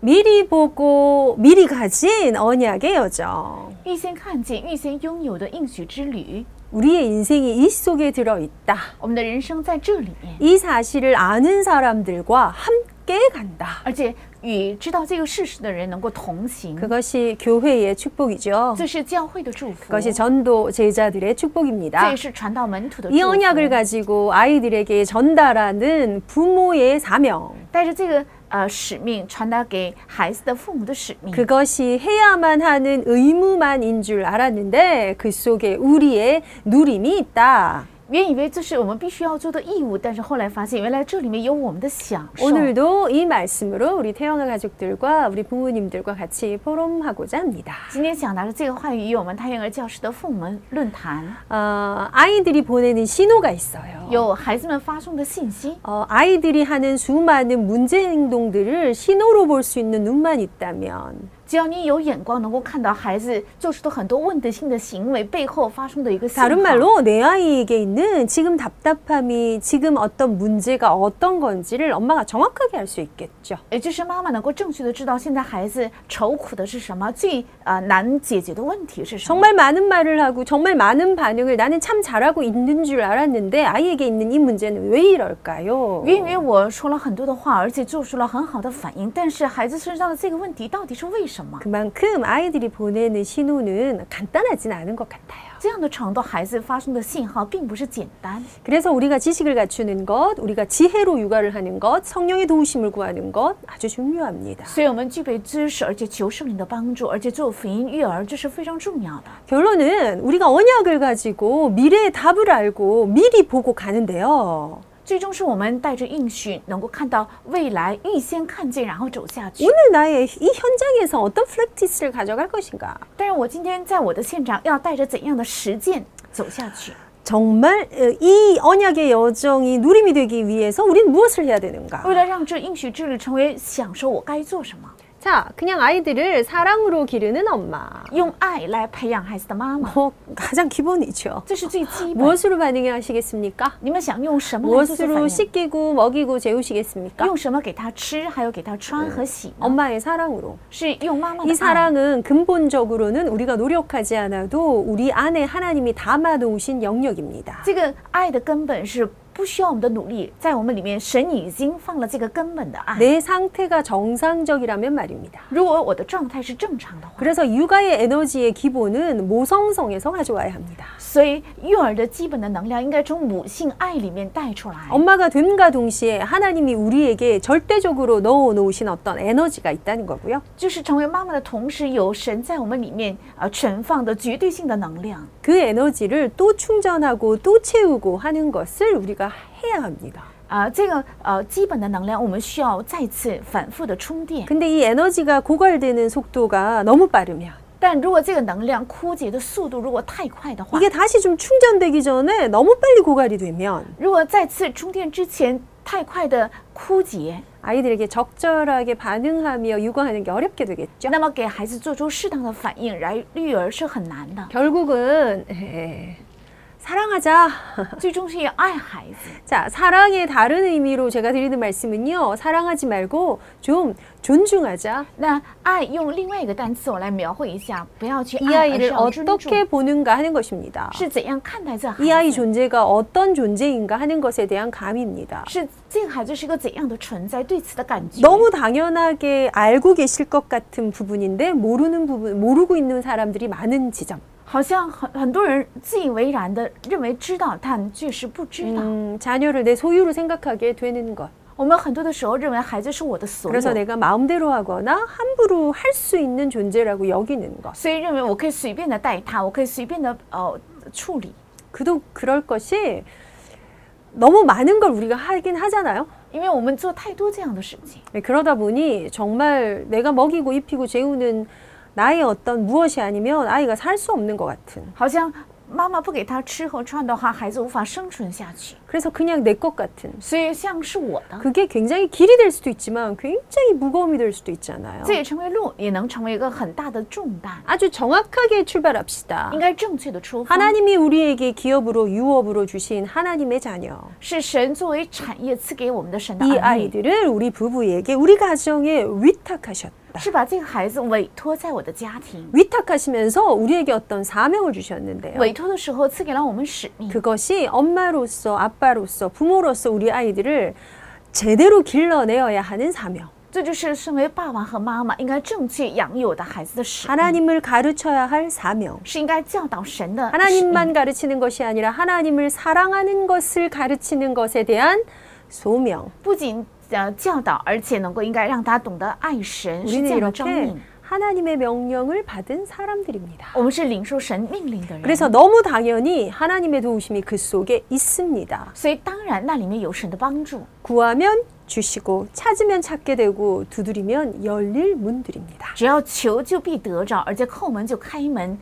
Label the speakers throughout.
Speaker 1: 미리 보고 미리 가진 언약의 여정.
Speaker 2: 预先看见、预先拥有的应许之旅，
Speaker 1: 우리의 인생이 이 속에 들어있다.
Speaker 2: 我们的人生在这里面，
Speaker 1: 이 사실을 아는 사람들과 함께 간다.
Speaker 2: 而且与知道这个事实的人能够同行，
Speaker 1: 그것이 교회의 축복이죠.
Speaker 2: 这是教会的祝福，
Speaker 1: 그것이 전도 제자들의
Speaker 2: 这
Speaker 1: 축복입니다.
Speaker 2: 也是传道门徒的祝
Speaker 1: 이 언약을
Speaker 2: 福。
Speaker 1: 가지고 아이들에게 전달하는 부모의 사명.
Speaker 2: 带着这个呃使命传达给孩子的父母的使命，
Speaker 1: 그것이 해야만 하는 의무만인 줄 알았는데 그 속에 우리의 누림이 있다.
Speaker 2: 原以为这是我们必须要做的义务，但是后来发现原来这里面有我们的享受。
Speaker 1: 오늘도 이 말씀으로 우리 태영아 가족들과 우리 부모님들과 같이 포럼하고자 합니다.
Speaker 2: 今天想拿着这个话语与我们太原儿教师的父母们论坛，
Speaker 1: 어, 아이들이 보내는 신호가 있어요.
Speaker 2: 有孩子们发送的信息，
Speaker 1: 어, 아이들이 하는 수많은 문제 행동들을 신호로 볼 수 있는 눈만 있다면
Speaker 2: 只要你有眼光，能够看到孩子做出的很多问题性的行为背后发生的一个信
Speaker 1: 다른
Speaker 2: 号。
Speaker 1: 말로 내 아이에게 있는 지금 답답함이 지금 어떤 문제가 어떤 건지를 엄마가 정확하게 알 수 있겠죠.
Speaker 2: 也就是妈妈能够正确的知道现在孩子愁苦的是什么，最啊、呃难解决的问题是什么。
Speaker 1: 정말 많은 말을 하고 정말 많은 반응을 나는 참 잘하고 있는 줄 알았는데 아이에게 있는 이 문제는 왜 이럴까요?
Speaker 2: 因为我说了很多的话，而且做出了很好的反应，但是孩子身上的这个问题到底是为什么？
Speaker 1: 그만큼 아이들이 보내는 신호는 간단하진 않은 것 같아요.
Speaker 2: 这样的程度，孩子发送的信号并不是简单。
Speaker 1: 그래서 우리가 지식을 갖추는 것, 우리가 지혜로 육아를 하는 것, 성령의 도우심을 구하는 것 아주 중요합니다.
Speaker 2: 所以我们具备知识，而且求圣灵的帮助，而且做福音育儿，这是非常重要的。
Speaker 1: 결론은 우리가 언약을 가지고 미래의 답을 알고 미리 보고 가는데요.
Speaker 2: 最终是我们带着应许，能够看到未来，预先看见，然后走下去。
Speaker 1: 오늘 나의 이 현장에서 어떤 플렉티스를 가져갈 것인가?
Speaker 2: 但是我今天在我的现场，要带着怎样的实践走下去？
Speaker 1: 啊 정말 어, 이 언약의 여정이 누림이 되기 위해서 우리는 무엇을 해야 되는가?
Speaker 2: 为了让这应许之旅成为享受，我该做什么？
Speaker 1: 자, 그냥 아이들을 사랑으로 기르는 엄마.
Speaker 2: 用爱来培养孩子的妈妈，
Speaker 1: 뭐 가장 기본이죠.
Speaker 2: 这是最基本。
Speaker 1: 무엇으로 반응해 하시겠습니까?
Speaker 2: 你们想用什么来做出反
Speaker 1: 무엇으로
Speaker 2: 应？
Speaker 1: 씻기고 먹이고 재우시겠습니까?
Speaker 2: 用什么给他吃，还有给他穿和洗呢？
Speaker 1: 엄마의 사랑으로.
Speaker 2: 是用妈妈
Speaker 1: 이
Speaker 2: 的爱。
Speaker 1: 사랑은 근본적으로는 우리가 노력하지 않아도 우리 안에 하나님이 담아 놓으신 영역입니다.
Speaker 2: 这个爱的根本是不需要我们的努力，在我们里面，神已经放了这个根本的爱。
Speaker 1: 내 상태가 정상적이라면 말입니다.
Speaker 2: 如果我的状态是正常的话，
Speaker 1: 그래서 육아의 에너지의 기본은 모성성에서 가져와야 합니다.
Speaker 2: 所以育儿的基本的能量应该从母性爱里面带出来。
Speaker 1: 엄마가 됨과 동시에 하나님이 우리에게 절대적으로 넣어 놓으신 어떤 에너지가 있다는 거고요.
Speaker 2: 就是成为妈妈的同时，有神在我们里面呃存放的绝对性的能量。
Speaker 1: 그 에너지를 또 충전하고 또 채우고 하는 것을 우리가 해야 합니다.
Speaker 2: 啊、这个呃基本的能量，我们需要再次反复的充电。
Speaker 1: 근데 이 에너지가 고갈되는 속도가 너무 빠르면
Speaker 2: 但如果这个能量枯竭的速度如果太快的话，
Speaker 1: 이게 다시 좀 충전되기 전에 너무 빨리 고갈이 되면
Speaker 2: 如果再次充电之前太快的枯竭，
Speaker 1: 아이들에게 적절하게 반응하며 육아하는 게 어렵게 되겠죠. 。
Speaker 2: 那么给孩子做出适当的反应来育儿是很难的
Speaker 1: 결국은 에, 사랑하자.
Speaker 2: 最终是要爱孩子，
Speaker 1: 자, 사랑의 다른 의미로 제가 드리는 말씀은요. 사랑하지 말고 좀 존중하자.
Speaker 2: 那爱用另外一个单词我来描绘一下，不要去
Speaker 1: 이
Speaker 2: 爱，而是
Speaker 1: 아이를
Speaker 2: 要尊重，
Speaker 1: 어떻게 보는가 하는 것입니다.
Speaker 2: 是怎样看待这
Speaker 1: 이
Speaker 2: 孩
Speaker 1: 아이
Speaker 2: 子，
Speaker 1: 존재가 어떤 존재인가 하는 것에 대한 감입니다.
Speaker 2: 是这个孩子是个怎样的存在，对此的感觉。
Speaker 1: 네. 너무 당연하게 알고 계실 것 같은 부분인데 모르는 부분, 모르고 있는 사람들이 많은 지점.
Speaker 2: 好像很很多人自以为然的认为知道，但确实不知道。
Speaker 1: 음, 자녀를 내 소유로 생각하게 되는 것.
Speaker 2: 我们很多的时候认为孩子是我的所
Speaker 1: 그래서
Speaker 2: 有，
Speaker 1: 내가 마음대로 하거나 함부로 할 수 있는 존재라고 여기는 것.
Speaker 2: 所以认为我可以随便的带他，我可以随便的呃处理。
Speaker 1: 그도 그럴 것이 너무 많은 걸 우리가 하긴 하잖아요.
Speaker 2: 因为我们做太多这样的事情，
Speaker 1: 네, 그러다 보니 정말 내가 먹이고 입히고 재우는 나의 어떤 무엇이 아니면 아이가 살 수 없는 것 같은.
Speaker 2: 好像妈妈不给他吃和穿的话，孩子无法生存下去。
Speaker 1: 그래서 그냥 내 것 같은
Speaker 2: 所以像是我的，
Speaker 1: 그게 굉장히 길이 될 수도 있지만 굉장히 무거움이 될 수도 있잖아요.
Speaker 2: 这也成为路，也能成为一个很大的重担。
Speaker 1: 아주 정확하게 출발합시다.
Speaker 2: 应该正确的出发，
Speaker 1: 하나님이 우리에게 기업으로 유업으로 주신 하나님의 자녀.
Speaker 2: 是神作为产业赐给我们的神的
Speaker 1: 이
Speaker 2: 儿女，
Speaker 1: 아이들을 우리 부부에게 우리 가정에 위탁하셨다.
Speaker 2: 是把这个孩子委托在我的家庭。
Speaker 1: 위탁하시면서 우리에게 어떤 사명을 주셨는데요.
Speaker 2: 委托的时候赐给了我们使命，
Speaker 1: 그것이 엄마로서 아빠로서 부모로서 우리 아이들을 제대로 길러내어야 하는 사명.
Speaker 2: 这就是身为爸爸和妈妈应该正确养育我的孩子的使命，
Speaker 1: 하나님을 가르쳐야 할 사명.
Speaker 2: 是应该教导神的使命。
Speaker 1: 하나님만 가르치는 것이 아니라 하나님을 사랑하는 것을 가르치는 것에 대한 소명.
Speaker 2: 不仅呃教导，而且能够应该让他懂得爱神，是这
Speaker 1: 우리는
Speaker 2: 样的招命
Speaker 1: 이렇게 。 하나님의 명령을 받은 사람들입니다.
Speaker 2: 我们是领受神命令的人，
Speaker 1: 그래서 너무 당연히 하나님의 도우심이 그 속에 있습니다.
Speaker 2: 所以当然那里面有神的帮助。
Speaker 1: 구하면 주시고 찾으면 찾게 되고 두드리면 열릴 문들입니다.
Speaker 2: 只要求就必得着，而且叩门就开门。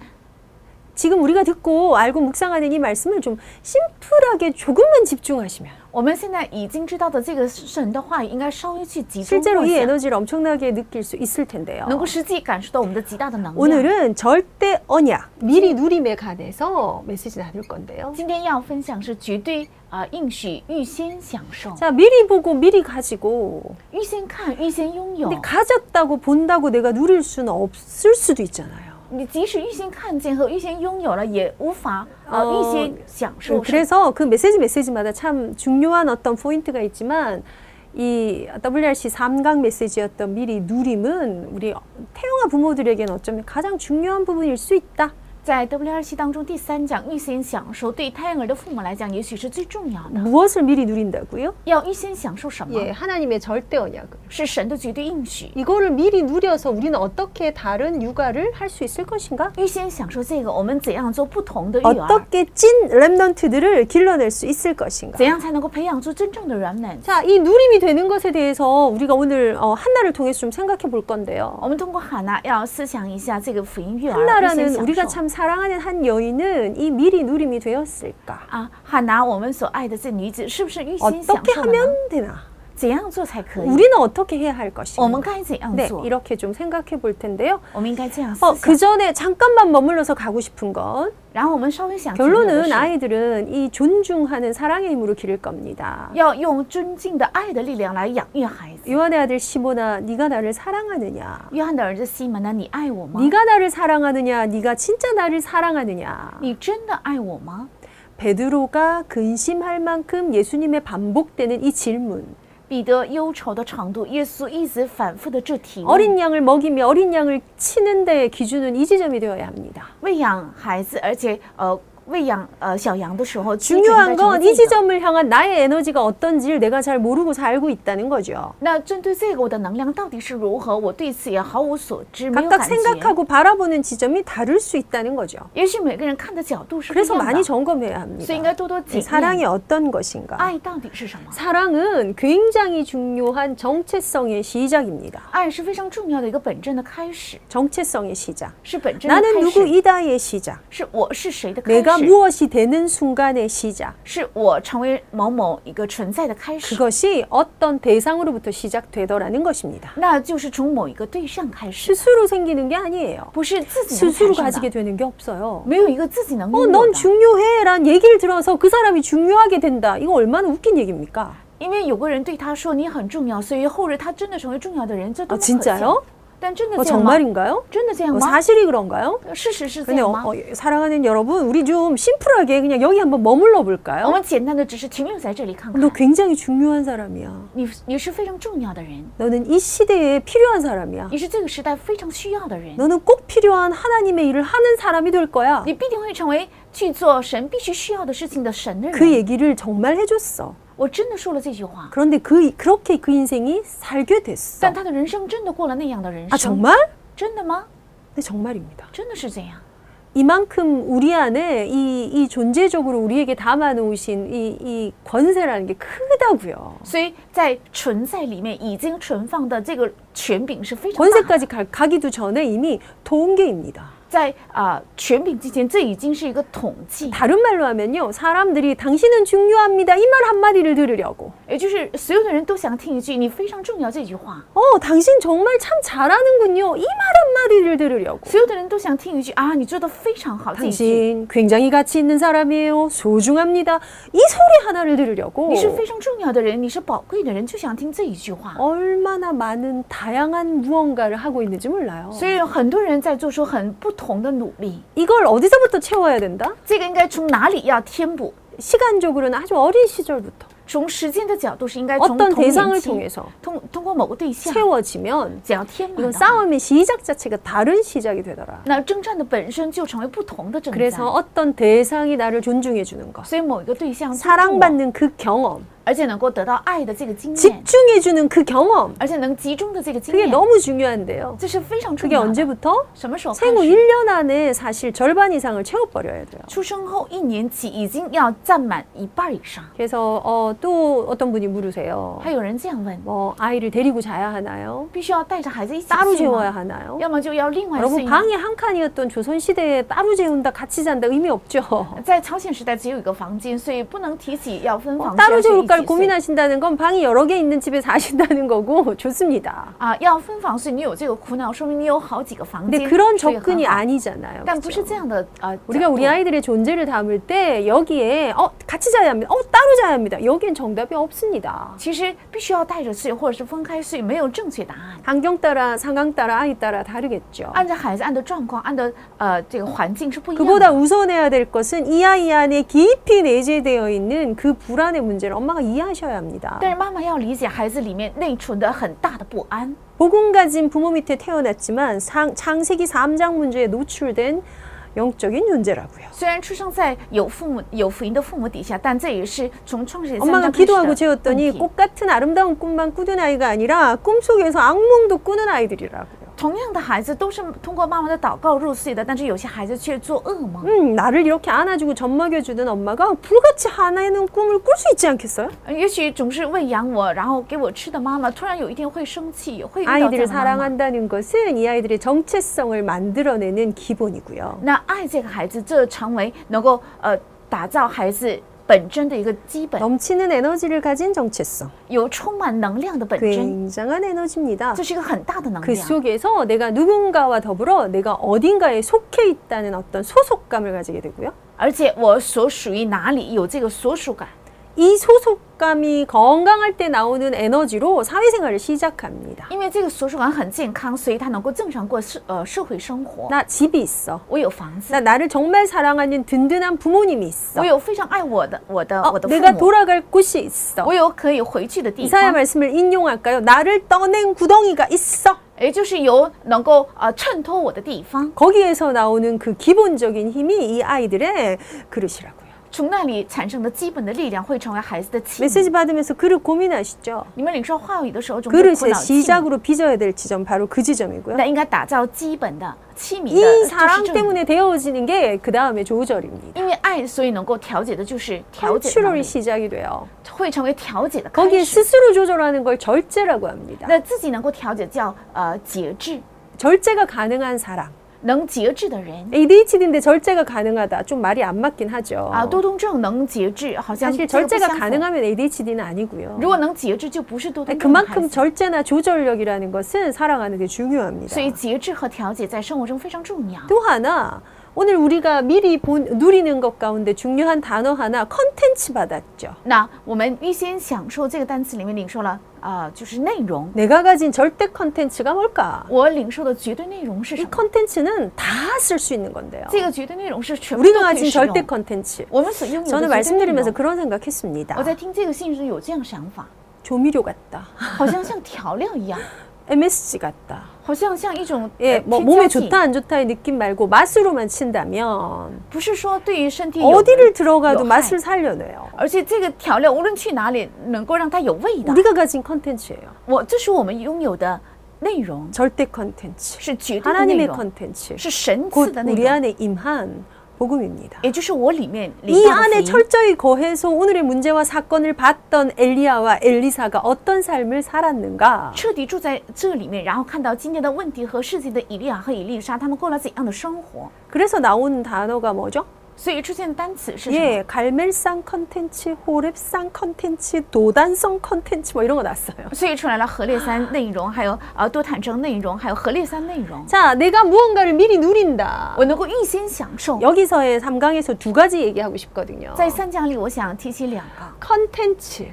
Speaker 1: 지금 우리가 듣고 알고 묵상하는 이 말씀을 좀 심플하게 조금만 집중하시면
Speaker 2: 我们现在已经知道的这个神的话语，应该稍微去集中
Speaker 1: 실제로
Speaker 2: 默
Speaker 1: 이
Speaker 2: 想，
Speaker 1: 에너지를 엄청나게 느낄 수 있을 텐데요.
Speaker 2: 能够实际感受到我们的极大的能量。
Speaker 1: 오늘은 절대 언약 미리 누림에 관해서 메시지 나눌 건데요.
Speaker 2: 今天要分享是绝对啊、呃应许预先享受，
Speaker 1: 자 미리 보고 미리 가지고
Speaker 2: 预先看，预先拥有
Speaker 1: 근데 。 가졌다고 본다고 내가 누릴 수는 없을 수도 있잖아요.
Speaker 2: 你即使预先看见和预先拥有了，也无法呃
Speaker 1: 哦
Speaker 2: 预先享受。
Speaker 1: 그래서 그 메시지 메시지마다 참 중요한 어떤 포인트가 있지만 이 WRC 3강 메시지였던 미리 누림은 우리 태영아 부모들에게는 어쩌면 가장 중요한 부분일 수 있다.
Speaker 2: 在 WRC 当中第三讲预先享受，对胎儿的父母来讲，也许是最重要的。
Speaker 1: 무엇을 미리 누린다고요?
Speaker 2: 要预先享受什么？
Speaker 1: 예, 하나님의 절대 언약을.
Speaker 2: 是神的绝对应许。
Speaker 1: 이거를 미리 누려서 우리는 어떻게 다른 육아를 할 수 있을 것인가?
Speaker 2: 预先享受这个，我们怎样做不同
Speaker 1: 아,
Speaker 2: 的育儿？
Speaker 1: 어떻게 찐 랩넌트들을 길러낼 수 있을 것인가?
Speaker 2: 怎样才能够培养出真正的软嫩？
Speaker 1: 자, 이 누림이 되는 것에 대해서 우리가 오늘 어, 한나를 통해서 좀 생각해 볼 건데요.
Speaker 2: 我们通过哈娜要思想一下这个福音育儿。预先
Speaker 1: 한나라는
Speaker 2: 享
Speaker 1: 우리가
Speaker 2: 受
Speaker 1: 참 사랑하는 한 여인은 이 미리 누림이 되었을까?
Speaker 2: 啊，哈娜，我们所爱的这女子是不是预
Speaker 1: 哦
Speaker 2: 先享
Speaker 1: 어떻게
Speaker 2: 受了呢？
Speaker 1: 하면 되나?
Speaker 2: 怎样做才可以？
Speaker 1: 우리는 어떻게 해야 할
Speaker 2: 我们
Speaker 1: 것인가?
Speaker 2: 该怎样
Speaker 1: 네,
Speaker 2: 做？
Speaker 1: 이렇게 좀 생각해 볼 텐데요.
Speaker 2: 我们应该这样思
Speaker 1: 어,
Speaker 2: 想。
Speaker 1: 그 전에 잠깐만 머물러서 가고 싶은 건
Speaker 2: 然后我们稍微想停留的
Speaker 1: 결론은
Speaker 2: 是
Speaker 1: 아이들은 이 존중하는 사랑의 힘으로 기를 겁니다.
Speaker 2: 要用尊敬的爱的力量来养育孩子。
Speaker 1: 요한의 아들 시몬아, 네가 나를 사랑하느냐?
Speaker 2: 约翰的儿子西门呢？你爱我吗？
Speaker 1: 네가 나를 사랑하느냐? 네가 진짜 나를 사랑하느냐?
Speaker 2: 你真的爱我吗？
Speaker 1: 베드로가 근심할 만큼 예수님의 반복되는 이 질문.
Speaker 2: 彼得忧愁的程度，耶稣一直反复的这提问。
Speaker 1: 어린 양을 먹이며 어린 양을 치는 데의 기준은 이 지점이 되어야 합니다.
Speaker 2: 喂养孩子，而且呃喂养呃小羊的时候，基准应
Speaker 1: 중요한
Speaker 2: 该成
Speaker 1: 건
Speaker 2: 为
Speaker 1: 이
Speaker 2: 这个。
Speaker 1: 지점을 향한 나의 에너지가 어떤지를 내가 잘 모르고 살고 있다는 거죠.
Speaker 2: 那针对这个，我的能量到底是如何？我对此也毫无所知，没有
Speaker 1: 각각
Speaker 2: 感觉。
Speaker 1: 생각하고 바라보는 지점이 다를 수 있다는 거죠.
Speaker 2: 也许每个人看的角度是不一
Speaker 1: 그래서
Speaker 2: 样
Speaker 1: 많이
Speaker 2: 的，
Speaker 1: 점검해야
Speaker 2: 所以应
Speaker 1: 합니다.
Speaker 2: 该多多检
Speaker 1: 이
Speaker 2: 验
Speaker 1: 사랑이 어떤 것인가?
Speaker 2: 爱到底是什么。
Speaker 1: 사랑은 굉장히 중요한 정체성의 시작입니다.
Speaker 2: 爱是非常重要的一个本真的开始，
Speaker 1: 정체성의 시작.
Speaker 2: 是本真的
Speaker 1: 나는
Speaker 2: 开始，
Speaker 1: 누구이다의 시작.
Speaker 2: 是我是谁的开
Speaker 1: 내가
Speaker 2: 始，
Speaker 1: 무엇이 되는 순간의 시작.
Speaker 2: 是我成为某某一个存在的开始，
Speaker 1: 그것이 어떤 대상으로부터 시작되더라는 것입니다.
Speaker 2: 那就是从某一个对象开始，
Speaker 1: 스스로 생기는 게 아니에요.
Speaker 2: 不是哦自己能
Speaker 1: 스스로
Speaker 2: 产生
Speaker 1: 가지게
Speaker 2: 的，
Speaker 1: 되는 게 없어요.
Speaker 2: 没有一个自己能
Speaker 1: 어,
Speaker 2: 拥有
Speaker 1: 넌
Speaker 2: 的。
Speaker 1: 중요해란 얘기를 들어서 그 사람이 중요하게 된다. 이거 얼마나 웃긴 얘기입니까?
Speaker 2: 因为有个人对他说你很重要，所以后日他真的成为重要的人，这
Speaker 1: 어
Speaker 2: 多么可笑！
Speaker 1: 진짜요?
Speaker 2: 但真的
Speaker 1: 어
Speaker 2: 这样吗？
Speaker 1: 정말인가요?
Speaker 2: 真的这样
Speaker 1: 어
Speaker 2: 吗？
Speaker 1: 사실이 그런가요?
Speaker 2: 事实是这
Speaker 1: 근데
Speaker 2: 样
Speaker 1: 어,
Speaker 2: 吗？
Speaker 1: 어, 사랑하는 여러분, 우리 좀 심플하게 그냥 여기 한번 머물러
Speaker 2: 我
Speaker 1: 볼까요?
Speaker 2: 们简单的只是停留在这里看看
Speaker 1: 너 。 굉장히 중요한 사람이야.
Speaker 2: 你你是非常重要的人，
Speaker 1: 너는 이 시대에 필요한 사람이야.
Speaker 2: 你是这个时代非常需要的人，
Speaker 1: 너는 꼭 필요한 하나님의 일을 하는 사람이 될 거야.
Speaker 2: 你必定会成为去做神必须需要的事情的神的
Speaker 1: 그
Speaker 2: 人。
Speaker 1: 얘기를 정말 해줬어.
Speaker 2: 我真的说了这句话，
Speaker 1: 그런데 그 그렇게 그 인생이 살게 됐어.
Speaker 2: 但他的人生真的过了那样的人
Speaker 1: 아
Speaker 2: 生，
Speaker 1: 정말?
Speaker 2: 真的吗？
Speaker 1: 네 정말입니다.
Speaker 2: 真的是这样。
Speaker 1: 이만큼 우리 안에 이, 이 존재적으로 우리에게 담아놓으신 이, 이 권세라는 게 크다고요.
Speaker 2: 所以在存在里面已经存放的这个权柄是非常大的。
Speaker 1: 권세까지 가, 가기도 전에 이미 도움계입니다.
Speaker 2: 在啊、权柄之前，这已经是一个统计，
Speaker 1: 다른 말로 하면요. 사람들이 당신은 중요합니다. 이 말 한마디를 들으려고.
Speaker 2: 也就是所有的人都想听一句“你非常重要”这句话，
Speaker 1: 어, 당신 정말 참 잘하는군요. 이 말 한마디를 들으려고.
Speaker 2: 所有的人都想听一句“啊，你做的非常好”这一句，
Speaker 1: 당신 굉장히 가치 있는 사람이에요. 소중합니다. 이 소리 하나를 들으려고.
Speaker 2: 你是非常重要的人，你是宝贵的人，就想听这一句话。
Speaker 1: 얼마나 많은 다양한 무언가를 하고 있는지 몰라요.
Speaker 2: 所以很多人在做出很不同的努力，
Speaker 1: 이걸 어디서부터 채워야 된다?
Speaker 2: 这个应该从哪里要填补？
Speaker 1: 시간적으로는 아주 어린 시절부터
Speaker 2: 从时间的角度是应该从
Speaker 1: 어떤
Speaker 2: 童年
Speaker 1: 대상을
Speaker 2: 期
Speaker 1: 통해서
Speaker 2: 通通过某个对象，
Speaker 1: 채워지면
Speaker 2: 只要填满
Speaker 1: 이건
Speaker 2: 的话，
Speaker 1: 싸움의 시작 자체가 다른 시작이 되더라.
Speaker 2: 那征战的本身就成为不同的征
Speaker 1: 그래서
Speaker 2: 战。
Speaker 1: 어떤 대상이 나를 존중해 주는 것,
Speaker 2: 所以某一个对象尊重我
Speaker 1: 사랑받는 그 경험,
Speaker 2: 而且能够得到爱的这个经验，
Speaker 1: 집중해 주는 그 경험,
Speaker 2: 而且能集中的这个经
Speaker 1: 그게
Speaker 2: 验，
Speaker 1: 너무 중요한데요.
Speaker 2: 这是非常重
Speaker 1: 그게
Speaker 2: 要的。
Speaker 1: 언제부터?
Speaker 2: 什么时候开
Speaker 1: 생후
Speaker 2: 始？
Speaker 1: 1년 안에 사실 절반 이상을 채워버려야 돼요.
Speaker 2: 出生后一年起已经要占满一半以上。
Speaker 1: 그래서 어, 또 어떤 분이 물으세요.
Speaker 2: 还有人这样问：
Speaker 1: 뭐 아이를 데리고 자야 하나요?
Speaker 2: 必须要带着孩子一起
Speaker 1: 따로
Speaker 2: 睡
Speaker 1: 재워야
Speaker 2: 吗？
Speaker 1: 하나요?
Speaker 2: 要么就要另外
Speaker 1: 여러분
Speaker 2: 睡吗？
Speaker 1: 방이 한 칸이었던 조선 시대에 따로 재운다 같이 잔다 의미 없죠.
Speaker 2: 在朝鲜时代只有一个房间，所以不能提起要分房间。
Speaker 1: 따로
Speaker 2: 睡一起
Speaker 1: 재울까를
Speaker 2: 睡
Speaker 1: 고민하신다는 건 방이 여러 개 있는 집에 사신다는 거고 좋습니다.
Speaker 2: 啊，要分房睡，你有这个苦恼，说明你有好几个房
Speaker 1: 근데
Speaker 2: 间。
Speaker 1: 그런
Speaker 2: 这个很
Speaker 1: 접근이
Speaker 2: 好
Speaker 1: 아니잖아요.
Speaker 2: 但不是
Speaker 1: 그렇죠?
Speaker 2: 这样的啊。
Speaker 1: 우리가 우리
Speaker 2: 角度
Speaker 1: 아이들의 존재를 담을 때 여기에 어 같이 자야 합니다. 어 따로 자야 합니다. 여기엔 정답이 없습니다.
Speaker 2: 其实必须要带着睡，或者是分开睡，没有正确答案。
Speaker 1: 환경 따라 상황 따라 아이 따라 다르겠죠.
Speaker 2: 按照孩子按的状况，按的呃这个环境是不一样
Speaker 1: 그보다
Speaker 2: 的。
Speaker 1: 우선해야 될 것은 이 아이 안에 깊이 내재되어 있는 그 불안의 문제를 엄마가 이해하셔야 합니다.
Speaker 2: 但是妈妈要理解孩子里面内存的很大的不安。
Speaker 1: 복음 가진 부모 밑에 태어났지만 상, 창세기 3장 문제에 노출된 영적인 존재라고요.
Speaker 2: 虽然出生在有父母有福音的父母底下，但这也是从创始人三
Speaker 1: 엄마가
Speaker 2: 章开始的
Speaker 1: 기도하고 재웠더니
Speaker 2: 问题
Speaker 1: 꽃 같은 아름다운 꿈만 꾸는 아이가 아니라 꿈속에서 악몽도 꾸는 아이들이라고요.
Speaker 2: 同样的孩子都是通过妈妈的祷告入睡的，但是有些孩子却做噩梦。
Speaker 1: 음, 나를 이렇게 안아주고 젖먹여주는 엄마가 불같이 하나에는 꿈을 꿀 수 있지 않겠어요?
Speaker 2: 呃也许总是喂养我，然后给我吃的妈妈，突然有一天会生气，会遇到这
Speaker 1: 아이들을
Speaker 2: 样的妈妈。
Speaker 1: 사랑한다는 것은 이 아이들의 정체성을 만들어내는 기본이고요.
Speaker 2: 那爱这个孩子，这成为能够呃打造孩子本真的一个基本，
Speaker 1: 넘치는 에너지를 가진 정체성.
Speaker 2: 有充满能量的本真，
Speaker 1: 굉장한 에너지입니다.
Speaker 2: 这是一个很大的能
Speaker 1: 그
Speaker 2: 量。
Speaker 1: 속에서 내가 누군가와 더불어 내가 어딘가에 속해 있다는 어떤 소속감을 가지게 되고요.
Speaker 2: 而且我所属于哪里有这个所属感，
Speaker 1: 이 소속감이 건강할 때 나오는 에너지로 사회생활을 시작합니다.
Speaker 2: 因为这个所属感很健康，所以他能够正常过社呃社会生活。
Speaker 1: 나 집이 있어.
Speaker 2: 我有房子，
Speaker 1: 나 나를 정말 사랑하는 든든한 부모님이 있어.
Speaker 2: 我有非常爱我的我的
Speaker 1: 어,
Speaker 2: 我的父
Speaker 1: 내가
Speaker 2: 母，
Speaker 1: 돌아갈 곳이 있어.
Speaker 2: 我有可以回去的地
Speaker 1: 이사야
Speaker 2: 方，
Speaker 1: 말씀을 인용할까요? 나를 떠낸 구덩이가 있어.
Speaker 2: 也就是有能够呃衬托我的地方，
Speaker 1: 거기에서 나오는 그 기본적인 힘이 이 아이들의 그릇이라고요.
Speaker 2: 从那里产生的基本的力量会成为孩子的器皿。
Speaker 1: 메시지 받으면서 그릇 고민하시죠?
Speaker 2: 你们领受话语的时候，总是苦
Speaker 1: 그릇의
Speaker 2: 恼器皿
Speaker 1: 시작으로 빚어야 될 지점 바로 그 지점이고요.
Speaker 2: 那应该打造基本的器皿的
Speaker 1: 이
Speaker 2: 就是
Speaker 1: 사랑
Speaker 2: 这种
Speaker 1: 때문에 되어지는 게 그 다음에 조절입니다.
Speaker 2: 因为爱，所以能够调节的就是调节的能
Speaker 1: 컨트롤이
Speaker 2: 力，
Speaker 1: 시작이 돼요.
Speaker 2: 会成为调节的开
Speaker 1: 거기에
Speaker 2: 始。
Speaker 1: 스스로 조절하는 걸 절제라고 합니다.
Speaker 2: 那自己能够调节叫呃节制，
Speaker 1: 절제가 가능한 사랑.
Speaker 2: 能节制的人
Speaker 1: ADHD인데 절제가 가능하다. 좀 말이 안 맞긴 하죠.
Speaker 2: 啊，多动症能节制，好像
Speaker 1: 사실
Speaker 2: 这个啊不
Speaker 1: 절제가
Speaker 2: 相符
Speaker 1: 가능하면 ADHD는 아니고요.
Speaker 2: 如果能节制，就不是多
Speaker 1: 아니,
Speaker 2: 动症的孩
Speaker 1: 그만큼
Speaker 2: 子。
Speaker 1: 절제나 조절력이라는 것은 사랑하는 게 중요합니다.
Speaker 2: 所以节制和调节在生活中非常重要。
Speaker 1: 또 하나 오늘 우리가 미리 본, 누리는 것 가운데 중요한 단어 하나 컨텐츠 받았죠.
Speaker 2: 那我们预先享受这个单词里面领受了啊、呃就是内容。
Speaker 1: 내가 가진 절대 컨텐츠가 뭘까?
Speaker 2: 我领受的绝对内容是什
Speaker 1: 이
Speaker 2: 么？
Speaker 1: 컨텐츠는 다 쓸 수 있는 건데요.
Speaker 2: 这个绝对内容是全部都
Speaker 1: 우리가
Speaker 2: 可以
Speaker 1: 가진
Speaker 2: 使
Speaker 1: 절대
Speaker 2: 用。
Speaker 1: 컨텐츠.
Speaker 2: 我们所拥有
Speaker 1: 저는
Speaker 2: 的绝对内
Speaker 1: 말씀드리면서
Speaker 2: 容。
Speaker 1: 그런
Speaker 2: 我
Speaker 1: 생각했습니다.
Speaker 2: 在听这个信息有这样想 法，
Speaker 1: 조미료 같다.
Speaker 2: 好像像调料一样，
Speaker 1: MSG 같다.
Speaker 2: 好像像一 种
Speaker 1: 예,
Speaker 2: 呃
Speaker 1: 뭐
Speaker 2: 添加
Speaker 1: 몸에
Speaker 2: 剂
Speaker 1: 좋다 안 좋다의 느낌 말고 맛으로만 친다면
Speaker 2: 不是说哦对于身体有
Speaker 1: 어디를 들어가도
Speaker 2: 요-
Speaker 1: 맛을 살려내요.
Speaker 2: 而且这个调料无论去哪里，能够让它有味道。
Speaker 1: 우리가 가진 컨텐츠예요.
Speaker 2: 我这是我们拥有的内容，
Speaker 1: 절대 컨텐츠.
Speaker 2: 네, 是绝对的内
Speaker 1: 하나님의
Speaker 2: 容，
Speaker 1: 컨텐츠.
Speaker 2: 是神
Speaker 1: 곧
Speaker 2: 赐的内
Speaker 1: 우리
Speaker 2: 容，
Speaker 1: 안에 임한 복음입니다.
Speaker 2: 也就是我里面领
Speaker 1: 이
Speaker 2: 到的
Speaker 1: 안에
Speaker 2: 福音。
Speaker 1: 철저히 거해서 오늘의 문제와 사건을 봤던 엘리야와 엘리사가 어떤 삶을 살았는가?
Speaker 2: 彻底住在这里面，然后看到今天的问题和事情的以利亚和以利沙，他们过了怎样的生活？
Speaker 1: 그래서 나온 단어가 뭐죠?
Speaker 2: 所以出现的单词是什么？
Speaker 1: 예, 갈멜산 컨텐츠, 호랩산 컨텐츠, 도단성 컨텐츠 뭐 이런 거 났어요.
Speaker 2: 所以出来了河列三内容，还有呃多坦城内容，还有河列三内容。
Speaker 1: 자, 내가 무언가를 미리 누린다.
Speaker 2: 我能够预先享受。
Speaker 1: 여기서의 삼강에서 두 가지 얘기하고 싶거든요.
Speaker 2: 在三讲里，我想提起两个
Speaker 1: 컨텐츠.